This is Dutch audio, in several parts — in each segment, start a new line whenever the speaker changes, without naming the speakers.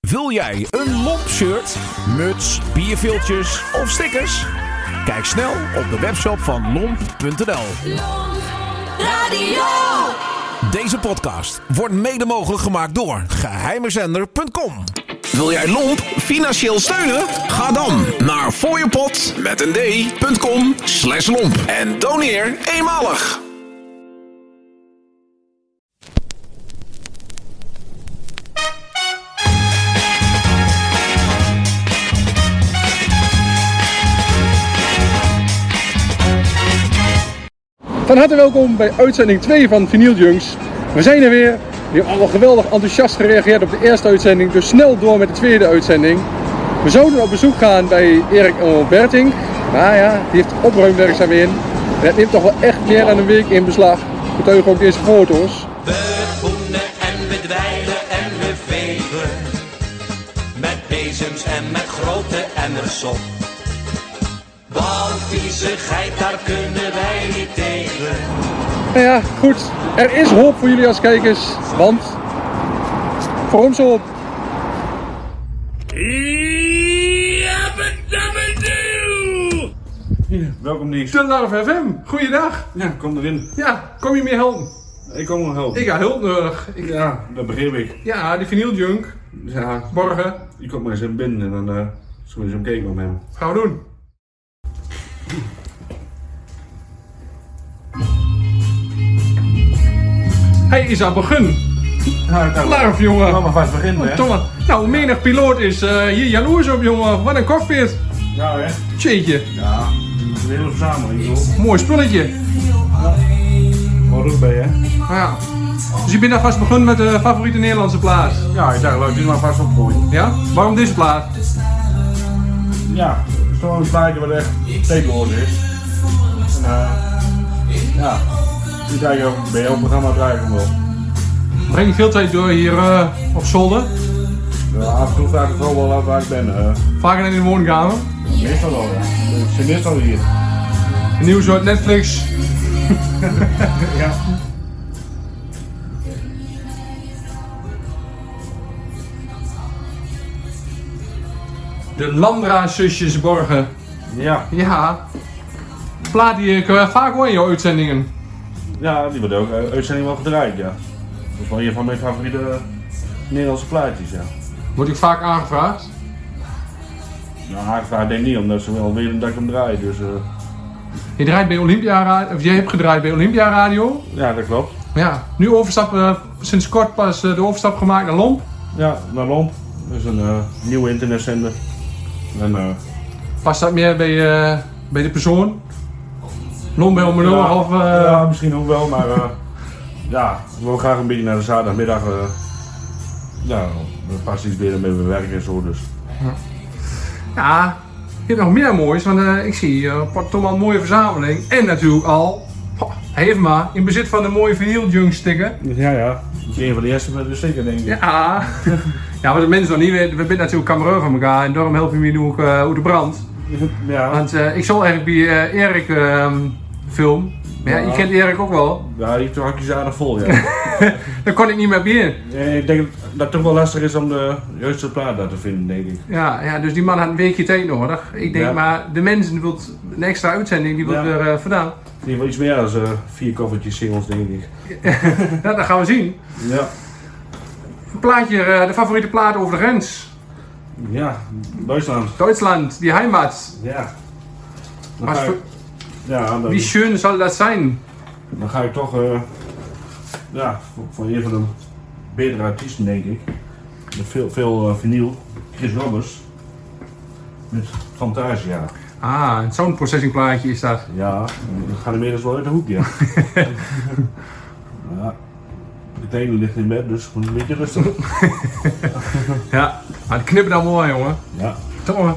Wil jij een lomp shirt, muts, bierviltjes of stickers? Kijk snel op de webshop van lomp.nl.
Radio.
Deze podcast wordt mede mogelijk gemaakt door geheimezender.com. Wil jij Lomp financieel steunen? Ga dan naar fooiepot met een d.com slash lomp. En doneer eenmalig.
Van harte welkom bij uitzending 2 van Vinyl Junks. We zijn er weer. We hebben al geweldig enthousiast gereageerd op de eerste uitzending, dus snel door met de tweede uitzending. We zouden op bezoek gaan bij Erik O. Berting. Maar ja, die heeft opruimwerkzaamheden. in. En dat neemt toch wel echt meer dan een week in beslag. Betuigen ook deze foto's.
We boenen en we dweilen en we vegen. Met bezems en met grote emmers op. Walviezigheid, daar kunnen wij niet tegen.
Nou ja, goed. Er is hoop voor jullie als kijkers, want voor ons op.
Welkom Nies.
De Larve FM, goeiedag.
Ja, kom erin.
Ja, kom je mee helpen?
Ik kom wel helpen.
Ik ga hulp nodig.
Ja, dat begreep ik.
ja, die vinyljunk.
Ja,
Morgen.
je komt maar eens in binnen en dan eh zullen we eens kijken met hem.
Gaan we doen. Hij is aan het begin. Larf, jongen.
maar vast beginnen hè.
Thomas. Nou, menig piloot is eh, hier jaloers op, jongen. Wat een cockpit.
Ja hè.
Tjeetje. Nou,
Ja, het is een hele verzameling joh.
Mooi spulletje.
Wat ook bij hè.
Ja. Dus je bent alvast begonnen met de favoriete Nederlandse plaat.
Ja, ik dacht laat ik dit maar vast opgooien.
Ja? Waarom deze plaat?
Ja, het is toch een plaatje wat echt tegenwoordig is. En eh, ja, die krijg je ook bij heel programma dragen wel.
Breng je veel tijd door hier eh, op zolder?
Ja, af en toe vraag ik wel wel af waar ik ben. eh.
Vaker dan in de woonkamer?
meestal wel ja. Ik zit meestal hier.
Een nieuw soort Netflix.
Ja.
De Landra-zusjes borgen.
Ja,
Ja. Plaat die ik eh, vaak hoor in jouw uitzendingen.
Ja, die wordt ook eh, uitzending wel gedraaid, ja. Dat is wel een van mijn favoriete eh, Nederlandse plaatjes, ja.
Wordt ik vaak aangevraagd.
Nou, haar vraag denk ik niet, omdat ze wel willen dat ik hem draai, dus... eh,
Je draait bij Olympia Radio, of jij hebt gedraaid bij Olympia Radio.
ja, dat klopt.
Ja, nu overstap, eh, sinds kort pas eh, de overstap gemaakt naar Lomp.
Ja, naar Lomp. Dat is een eh, nieuwe internetzender. En eh,
Past dat meer bij, eh, bij de persoon? Lomp bij Almelo
ja,
of... eh,
ja, misschien ook wel, maar... eh, ja, we wil graag een beetje naar de zaterdagmiddag. eh ja, we passen iets binnen met mijn werk en zo, dus...
Ja, je hebt nog meer moois, want eh, ik zie eh Port toch wel een mooie verzameling. En natuurlijk al, Goh, hij heeft maar, in bezit van een mooie vinyl junk sticker.
Ja, ja. Dat is een van de eerste met de sticker, denk ik.
Ja. ja, wat de mensen nog niet weten, we zijn natuurlijk kamereur van elkaar en daarom help je me nu ook eh, uit de brand.
ja.
Want eh, ik zal eigenlijk bij eh, Erik ehm, film. Maar ja,
Ja.
je kent Erik ook wel.
Ja, die hakjes aardig vol, ja.
Daar kon ik niet meer bij.
Eh, ik denk dat het toch wel lastig is om de juiste plaat daar te vinden, denk ik.
Ja, ja, dus die man had een weekje tijd nodig. Ik denk
Ja.
maar, de mensen wil een extra uitzending, die wil
Ja.
er eh, vandaan.
In ieder geval iets meer dan eh, vier koffertjes singles, denk ik.
Nou, dat gaan we zien.
Ja,
Een plaatje, eh, de favoriete plaat over de grens.
ja, Duitsland.
Duitsland, die Heimat.
Ja. Dan
Was
ga
voor,
ik, ja, dan,
wie schön zal dat zijn?
dan ga ik toch eh, ja, voor- voor een van de betere artiesten, denk ik. Met veel, veel eh, vinyl. Chris Robbers. Met Fantasia.
Ah, een soundprocessing plaatje is dat.
Ja, dan gaat hem inmiddels dus wel uit de hoek, ja. ja. De kleine ligt in bed, dus moet een beetje rustig.
Ja, maar het knippen dan mooi, jongen.
Ja.
Toch?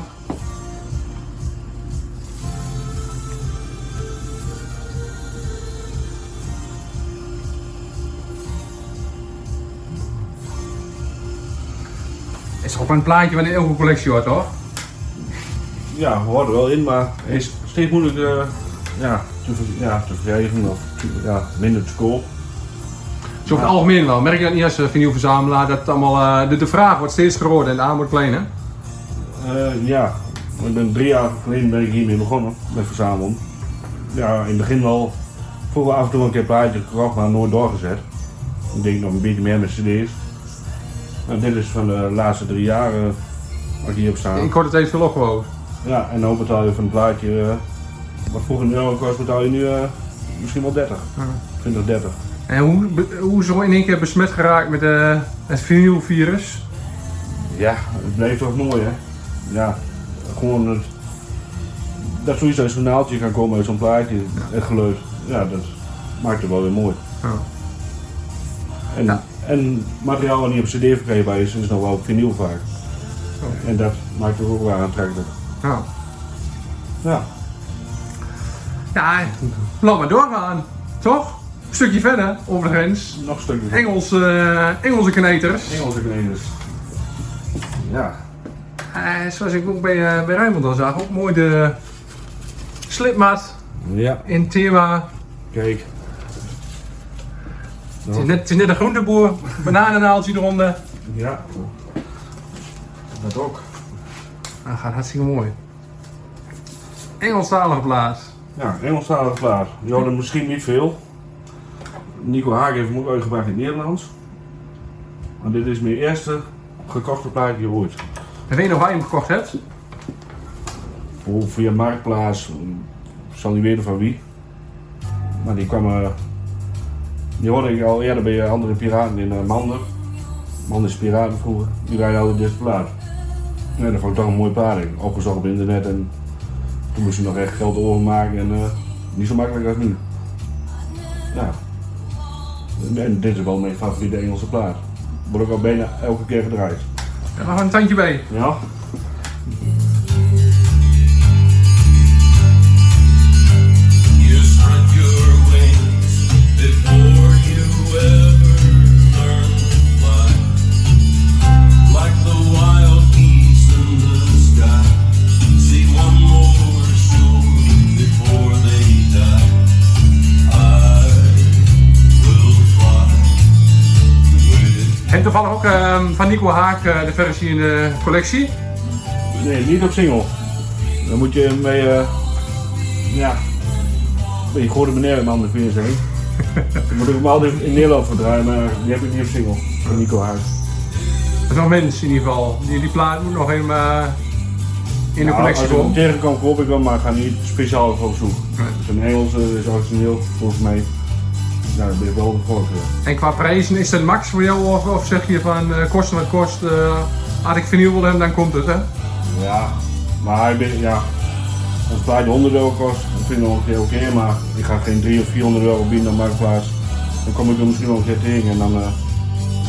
Is ook wel een plaatje van de Ilko collectie hoor, toch?
Ja, we hoorden wel in, maar hij is steeds moeilijker eh, ja, te, ver- ja, te verkrijgen of te- ja, minder te koop.
Dus over het algemeen wel. Merk je dat niet als eh, vinylverzamelaar dat het allemaal, eh, de, de vraag wordt steeds groter en de aanbod kleiner?
Eh, ja, ik ben drie jaar geleden ben ik hiermee begonnen met verzamelen. Ja, in het begin wel. Vroeger af en toe een keer plaatje gekocht, maar nooit doorgezet. Ik denk nog een beetje meer met cd's. Nou, dit is van de laatste drie jaar eh, wat ik hier heb staan.
In korte tijd veel opgewogen.
Ja, en dan betaal je van een plaatje, eh, wat vroeger een euro kost, betaal je nu eh, misschien wel 30. 20, 30.
En hoe, be- hoe is er in één keer besmet geraakt met eh, het vinylvirus?
Ja, het bleef toch mooi, hè? Ja, gewoon het, dat sowieso zo'n naaltje kan komen uit zo'n plaatje, het geluid. Ja, dat maakt het wel weer mooi.
Ja.
En,
Ja.
en materiaal wat niet op cd verkrijgbaar is, is nog wel op vinyl vaak. En dat maakt het ook wel aantrekkelijk.
Nou,
Ja,
ja, laat maar doorgaan, toch? Een stukje verder, over de grens.
nog een stukje.
Engels, eh, Engelse kneters.
Engelse kleders. dus. Ja,
Eh, zoals ik ook bij, eh, bij Rijnmond al zag, ook mooi de slipmat
ja,
in thema.
kijk.
Het is net, het is net een groenteboer, bananennaaltje eronder.
Ja. Dat ook.
Dat Ah, gaat hartstikke mooi. Engelstalige plaats.
Ja, Engelstalige plaat. Die hadden misschien niet veel. Nico Haag heeft hem ook uitgebracht in het Nederlands. Maar dit is mijn eerste gekochte plaat die ooit.
En weet je nog waar je hem gekocht hebt?
Of via Marktplaats, ik zal niet weten van wie. Maar die kwam... eh, die hoorde ik al eerder bij eh, andere piraten in eh, Mander. Mander is piraten vroeger. Die rijden altijd deze plaat. Nee, dat vond ik toch een mooie plaat. Ik opgezocht op internet en toen moest ik nog echt geld overmaken. En eh, niet zo makkelijk als nu. Ja. Nou, En dit is wel mijn favoriete Engelse plaat. Wordt ook al bijna elke keer gedraaid.
Daar gaan we een tandje bij.
Ja?
You spread your wings before you ever learn to fly. Like the wild geese in the sky. See one more shoulder before they die. I will fly with
En toevallig ook ehm, van Nico Haak eh, de versie in de collectie.
Nee, niet op single. Dan moet je mee, eh, ja, een beetje goede meneer in handen vingers heen. Dan moet ik hem altijd in Nederland verdraaien, maar die heb ik niet op single. Van Nico Huis.
Er zijn nog mensen in ieder geval. Die, die plaat moet nog helemaal eh, in de
Nou, als
collectie
ik hem
komen.
tegen kan koop ik hem, maar ik ga niet speciaal voor op zoek. Het is een Engelse, eh, is origineel, volgens mij. Ja, dat ben ik wel de voorkeur.
En qua prijzen, is dat max voor jou? Of, of zeg je van eh kost wat kost, eh als ik vinyl wil hebben, dan komt het hè?
Ja, maar ik ben, ja, als het plaatje 100 euro kost, dan vind ik nog een keer oké, maar ik ga geen 300 of 400 euro bieden op Marktplaats. Dan kom ik er misschien wel een keer tegen en dan eh,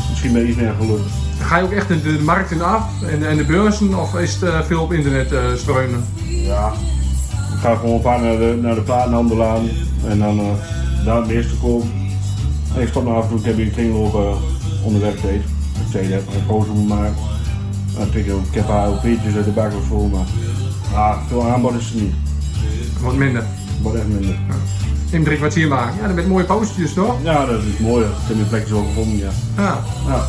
misschien ben je iets meer geluk.
Ga je ook echt de, de markt in af en, en de beurzen? Of is het eh, veel op internet eh, streunen?
Ja, ik ga gewoon vaak naar de, naar de platenhandel aan en dan eh, daar het eerste komen. En ik stop nou af en toe, ik heb hier een kringloop eh, onderweg deed. Ik zei, je hebt een pauze moeten maken. Dan pik ik ook, ik heb haar ook peertjes uit de bak of zo, maar ah, veel aanbod is er niet.
Wat minder.
Wat echt minder.
Neem drie kwartier maken. Ja, dan met mooie postertjes toch?
Ja, dat is mooi. Ik heb die plekjes wel gevonden, ja.
Ja.
Ja.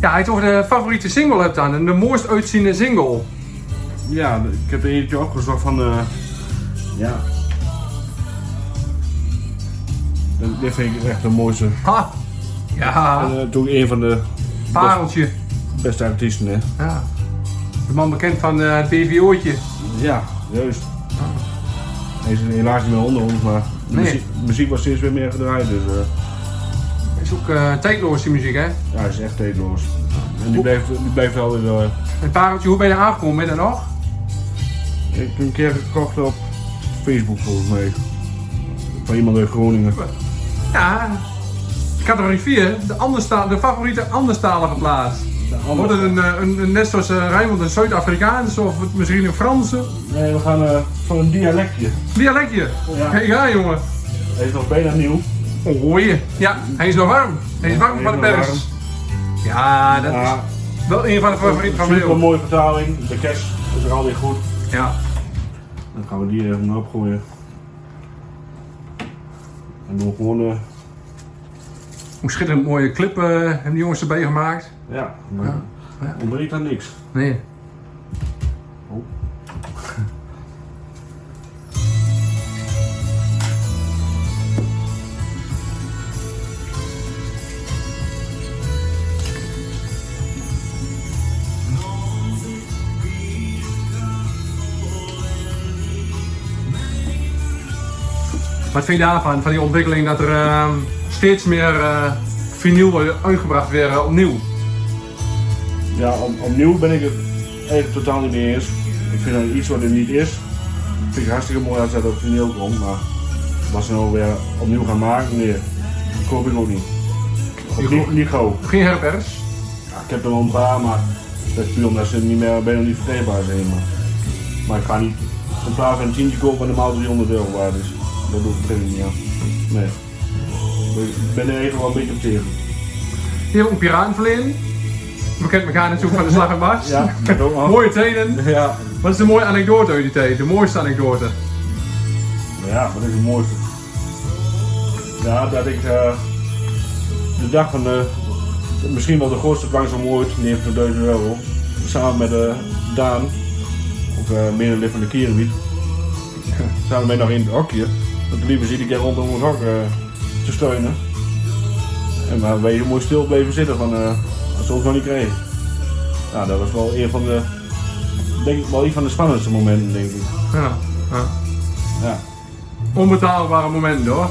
Ja, hij toch de favoriete single hebt dan. En de mooist uitziende single.
Ja, ik heb er eentje opgezocht van de... Ja. Dat- Dit vind ik echt de mooiste.
Ha! Ja,
En, eh, toen een van de
pareltje.
beste artiesten, hè.
Ja. De man bekend van eh, het BVO'tje.
Ja, juist. Hij is helaas niet meer onder ons, maar de
Nee.
muziek, muziek was steeds weer meer gedraaid. Dus eh,
Is ook eh tijdloos die muziek hè.
ja, hij is echt tijdloos. En die blijft, die blijft altijd... eh,
Het pareltje, hoe ben je aangekomen met dat nog?
Ik heb hem een keer gekocht op Facebook, volgens mij. Van iemand uit Groningen.
Ja. Categorie 4, de, andersta- de favoriete anderstalige plaats. Wordt het een, eh, een, een- net zoals eh Rijnmond een Zuid-Afrikaans of het misschien een Franse?
Nee, we gaan eh, voor een dialectje.
Dialectje.
Ja.
Ja, ja jongen.
Hij is nog bijna nieuw.
Oh, je. Ja, hij is nog warm. Hij is warm
hij
van de
is nog
pers. Ja, dat is
Ja,
wel een van de favorieten van
super
Leo.
mooie vertaling. De cash is er alweer goed.
Ja.
eh, Dan gaan we die even opgooien. En doen we gewoon, eh,
Hoe schitterend mooie clip eh, hebben die jongens erbij gemaakt.
ja, maar
ja.
ontbreekt aan niks.
Nee. Wat vind je daarvan, van die ontwikkeling dat er eh, steeds meer eh, vinyl wordt uitgebracht weer eh, opnieuw?
Ja, op- opnieuw ben ik het eigenlijk totaal niet mee eens. Ik vind dat iets wat er niet is. Vind ik hartstikke mooi als dat op vinyl komt, maar wat ze nou weer opnieuw gaan maken, nee, dat koop ik ook niet. Of niet, niet gauw.
Geen herpers?
Ja, ik heb er wel een paar, maar dat is puur omdat ze niet meer, bijna niet verkrijgbaar zijn. Maar, maar ik ga niet een paar van een tientje kopen en normaal 300 euro waard is. Dat doe ik er niet aan. Nee. Ik ben er even wel een beetje op tegen.
Die hebben ook een piratenverleden. We kennen elkaar natuurlijk van de Slag en Mars.
Ja, dat ook wel.
Mooie tijden.
Ja,
Wat is de mooie anekdote uit die tijd? De mooiste anekdote.
Maar Ja, wat is het mooiste? Ja, dat ik eh, de dag van de, misschien wel de grootste dwangsom ooit, 90.000 euro, samen met eh, Daan, ook eh medelid van de Kierenwiet, samen met nog in het hokje. Want de liever zit ik hier rondom het hok eh, te steunen. En maar wij mooi stil bleven zitten van, eh als ze ons nog niet kregen. Nou, dat was wel een van de, denk ik wel een van de spannendste momenten, denk ik.
Ja. ja.
Ja.
Onbetaalbare momenten hoor.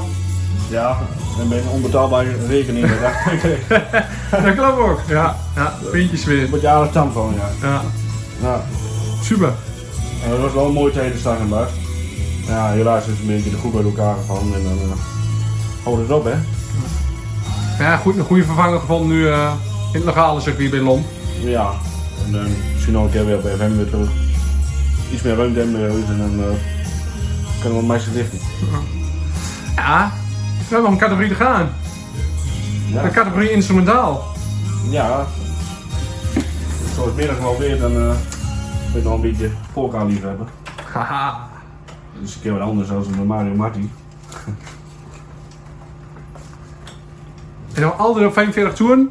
Ja, en bij een onbetaalbare rekening. Daar krijg je
Dat klopt ook. Ja, ja. Pintjes weer.
een aardig tam van, ja.
Ja.
ja.
Super.
En dat was wel een mooie tijd in Stang en Bart. Ja, helaas is een beetje de groep bij elkaar gevallen en dan eh, houdt het op, hè.
Ja, goed, een goede vervanger gevonden nu eh, in het legale circuit bij Lom.
Ja, en dan misschien nog een keer weer bij FM weer terug. Iets meer ruimte hebben weer uit en dan eh, kunnen we meisjes dichten.
Ja, we hebben nog een categorie te gaan.
Ja,
Een categorie instrumentaal.
ja. Zoals middag wel weer, dan eh ben ik nog een beetje polka liefhebber.
Haha.
Dus een keer wat anders dan een Mario Marti.
En dan altijd op 45 toeren.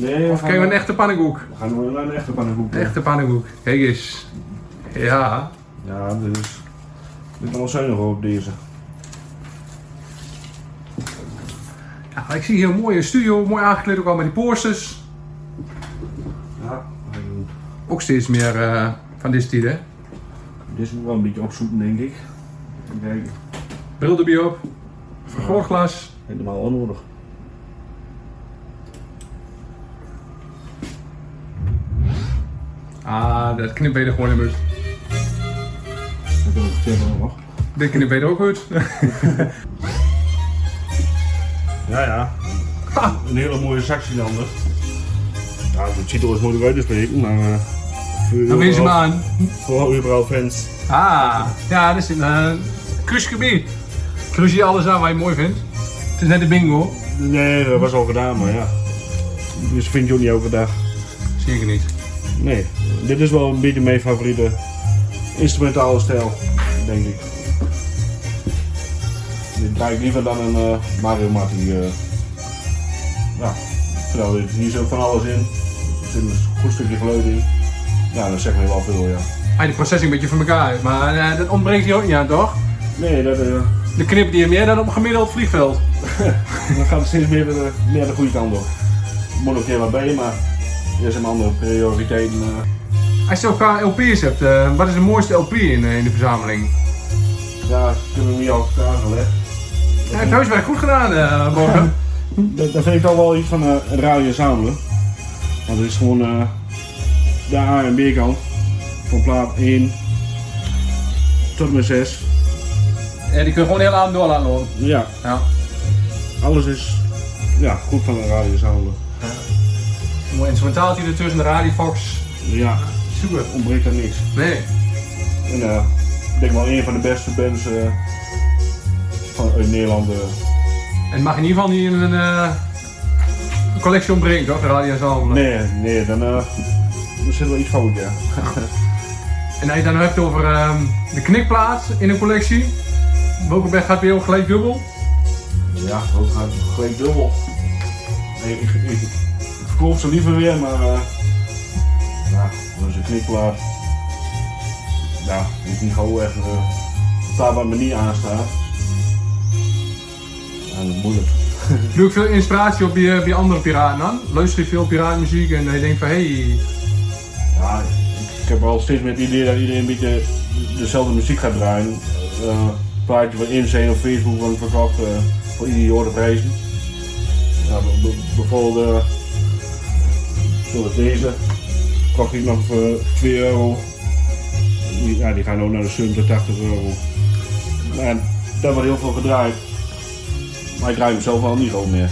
Nee, of
Krijgen we een echte pannenkoek.
We gaan we naar een echte pannenkoek.
Een echte pannenkoek. Kijk eens. Ja.
Ja, dus. Ik ben wel zuinig op deze.
Ja, ik zie hier een mooie studio, mooi aangekleed ook al met die posters.
Ja. en
Ook steeds meer eh, van dit stil, hè?
Dit is wel een beetje opzoeken, denk ik. Even kijken.
Bril erbij op, vergrootglas.
Helemaal onnodig.
Ah, dat knipt beter gewoon in uit.
Dat wil ik verkeerd nog.
Dit knipt beter ook uit.
Ja, ja. Een hele mooie saxinander. Ja, het ziet er wel eens mooi uit, dus ben ik. Maar. eh, voor
Dan wees je maar
overal-
aan.
Voor overal fans.
Ah, ja, dat is een eh kruisgebied. Kruis je alles aan wat je mooi vindt. Het is net de bingo.
Nee, dat was al gedaan, maar ja. Dus vind je ook niet elke dag.
Zeker niet.
Nee, dit is wel een beetje mijn favoriete instrumentale stijl, denk ik. Dit draai ik liever dan een eh, Mario Marti. eh. ja, terwijl er hier zo van alles in. Er zit een goed stukje geluid in. Ja, dat zegt mij wel veel, ja.
Ah, de processing een beetje van elkaar, maar eh, dat ontbreekt hier ook niet aan, toch?
Nee, dat, eh,
De knip die je meer dan op een gemiddeld vliegveld.
dat gaat steeds meer de, meer de goede kant op. Er moet nog een keer wat bij, maar er zijn andere prioriteiten. eh.
Als je elkaar LP's hebt, eh, wat is de mooiste LP in, eh, in de verzameling?
ja, kunnen we niet al elkaar gelegd.
Ja, het huiswerk goed gedaan, eh Morgen.
Dat, dat vind ik toch wel iets van eh radio zamelen. Want het is gewoon eh, de A en B kant. Van plaat 1 tot en met 6.
ja, die kun je gewoon heel aan door laten lopen.
Ja,
Ja.
alles is ja, goed van een radio zamelen.
Een mooi instrumentaaltje ertussen, de Radifox.
Ja,
Super.
ontbreekt aan niks.
Nee.
En eh, ik denk wel een van de beste bands eh, van, uit Nederland. eh.
En het mag in ieder geval niet in een eh, een collectie ontbreken, toch? De radiozaal.
Nee, nee, dan eh, er zit wel iets fout, ja.
En als je het dan hebt over ehm, de knikplaat in een collectie, welke band gaat bij jou gelijk dubbel?
Ja, dat gaat gelijk dubbel. Nee, ik, ik, ik verkoop ze liever weer, maar eh ja, dat is een kniklaar. Ja, die is niet gauw echt eh, betaalbare manier aanstaat. Ja, dat is moeilijk.
Doe ik veel inspiratie op bij, bij andere piraten dan? Luister je veel piratenmuziek en je denkt van hey,
Ja, ik, ik heb al steeds met het idee dat iedereen een beetje dezelfde muziek gaat draaien. Eh plaatje van Insane op Facebook van verkocht eh voor idiote prijzen. Ja, b- b- bijvoorbeeld eh, zoals deze. Kocht ik nog voor 2 euro. Die, ja, die gaan ook naar de 70, 80 euro. Maar daar wordt heel veel gedraaid. Maar ik draai hem zelf al niet gewoon meer.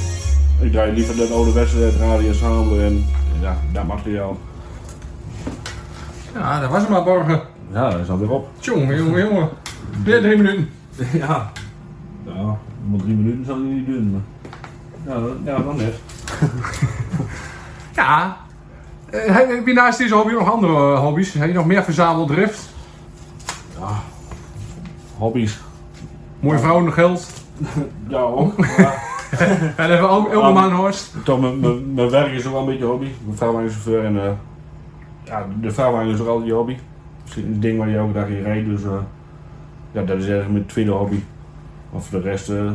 Ik draai liever dat oude wedstrijd, radio, samen en ja, dat materiaal.
ja, dat was hem maar Borgen.
Ja, Ah, dat is alweer op.
Tjonge, jongen, jongen. Weer drie minuten.
Ja. Ja, maar drie minuten zal hij niet doen. maar- Ja, dat- ja, dan net.
Ja. Eh, Heb je naast deze hobby nog andere eh, hobby's? Heb je nog meer verzameldrift?
Hobby's.
Mooie vrouwen nog geld.
Ja, ook. Ja.
En even ook
Ah.
Elderman Horst.
Toch, mijn- mijn mijn werk is ook wel een beetje hobby. Mijn vrouw is chauffeur en eh, ja, de vrouwwagen is ook altijd je hobby. Het is een ding waar je elke dag in rijdt, dus eh, ja, dat is eigenlijk mijn tweede hobby. Maar voor de rest eh,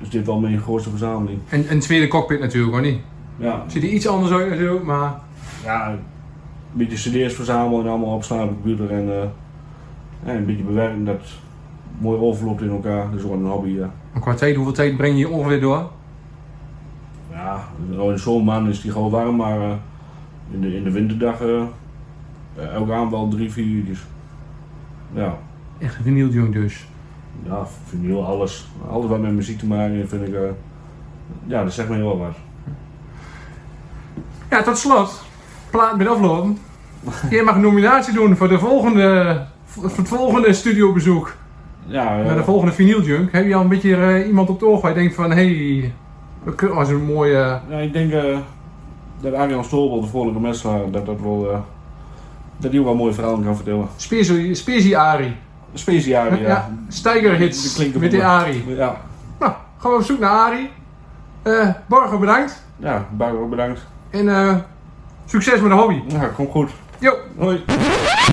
is dit wel mijn grootste verzameling.
En een tweede cockpit natuurlijk, hoor niet?
Ja,
Ziet er iets anders uit natuurlijk, maar...
ja, een beetje cd's verzamelen en allemaal opslaan op de computer en, eh, en een beetje bewerken dat het mooi overloopt in elkaar. Dat is ook een hobby, ja.
Maar Qua tijd, hoeveel tijd breng je hier ongeveer door?
Ja, in zo'n maand is die gewoon warm, maar eh, in, de, in de winterdag eh, elke avond wel drie, vier uurtjes. Ja,
Echt een vinyl jong dus.
ja, vinyl, alles. Alles wat met muziek te maken heeft, vind ik, eh, ja, dat zegt mij wel wat.
Ja, tot slot. Plaat met aflopen. Jij mag een nominatie doen voor, de volgende, voor het volgende studiobezoek.
Ja, eh,
Naar de volgende vinyl junk. Heb je al een beetje eh, iemand op het oog waar je denkt van... Hé, hey, dat kun- was een mooie...
Ja, ik denk eh, dat Arjan Stolbel, de vorige messlaar, dat dat wel... eh, dat die ook wel mooie verhalen kan vertellen.
Spezi, Spezi Ari.
Speciaal, ja.
Ja,
Die
Steigerhits
klinken
met die
goed.
Ari.
Ja,
Nou, gaan we op zoek naar Ari. Eh Borgo, bedankt.
ja Barbara, bedankt.
En eh, succes met de hobby.
Ja, komt goed.
Yo.
Hoi.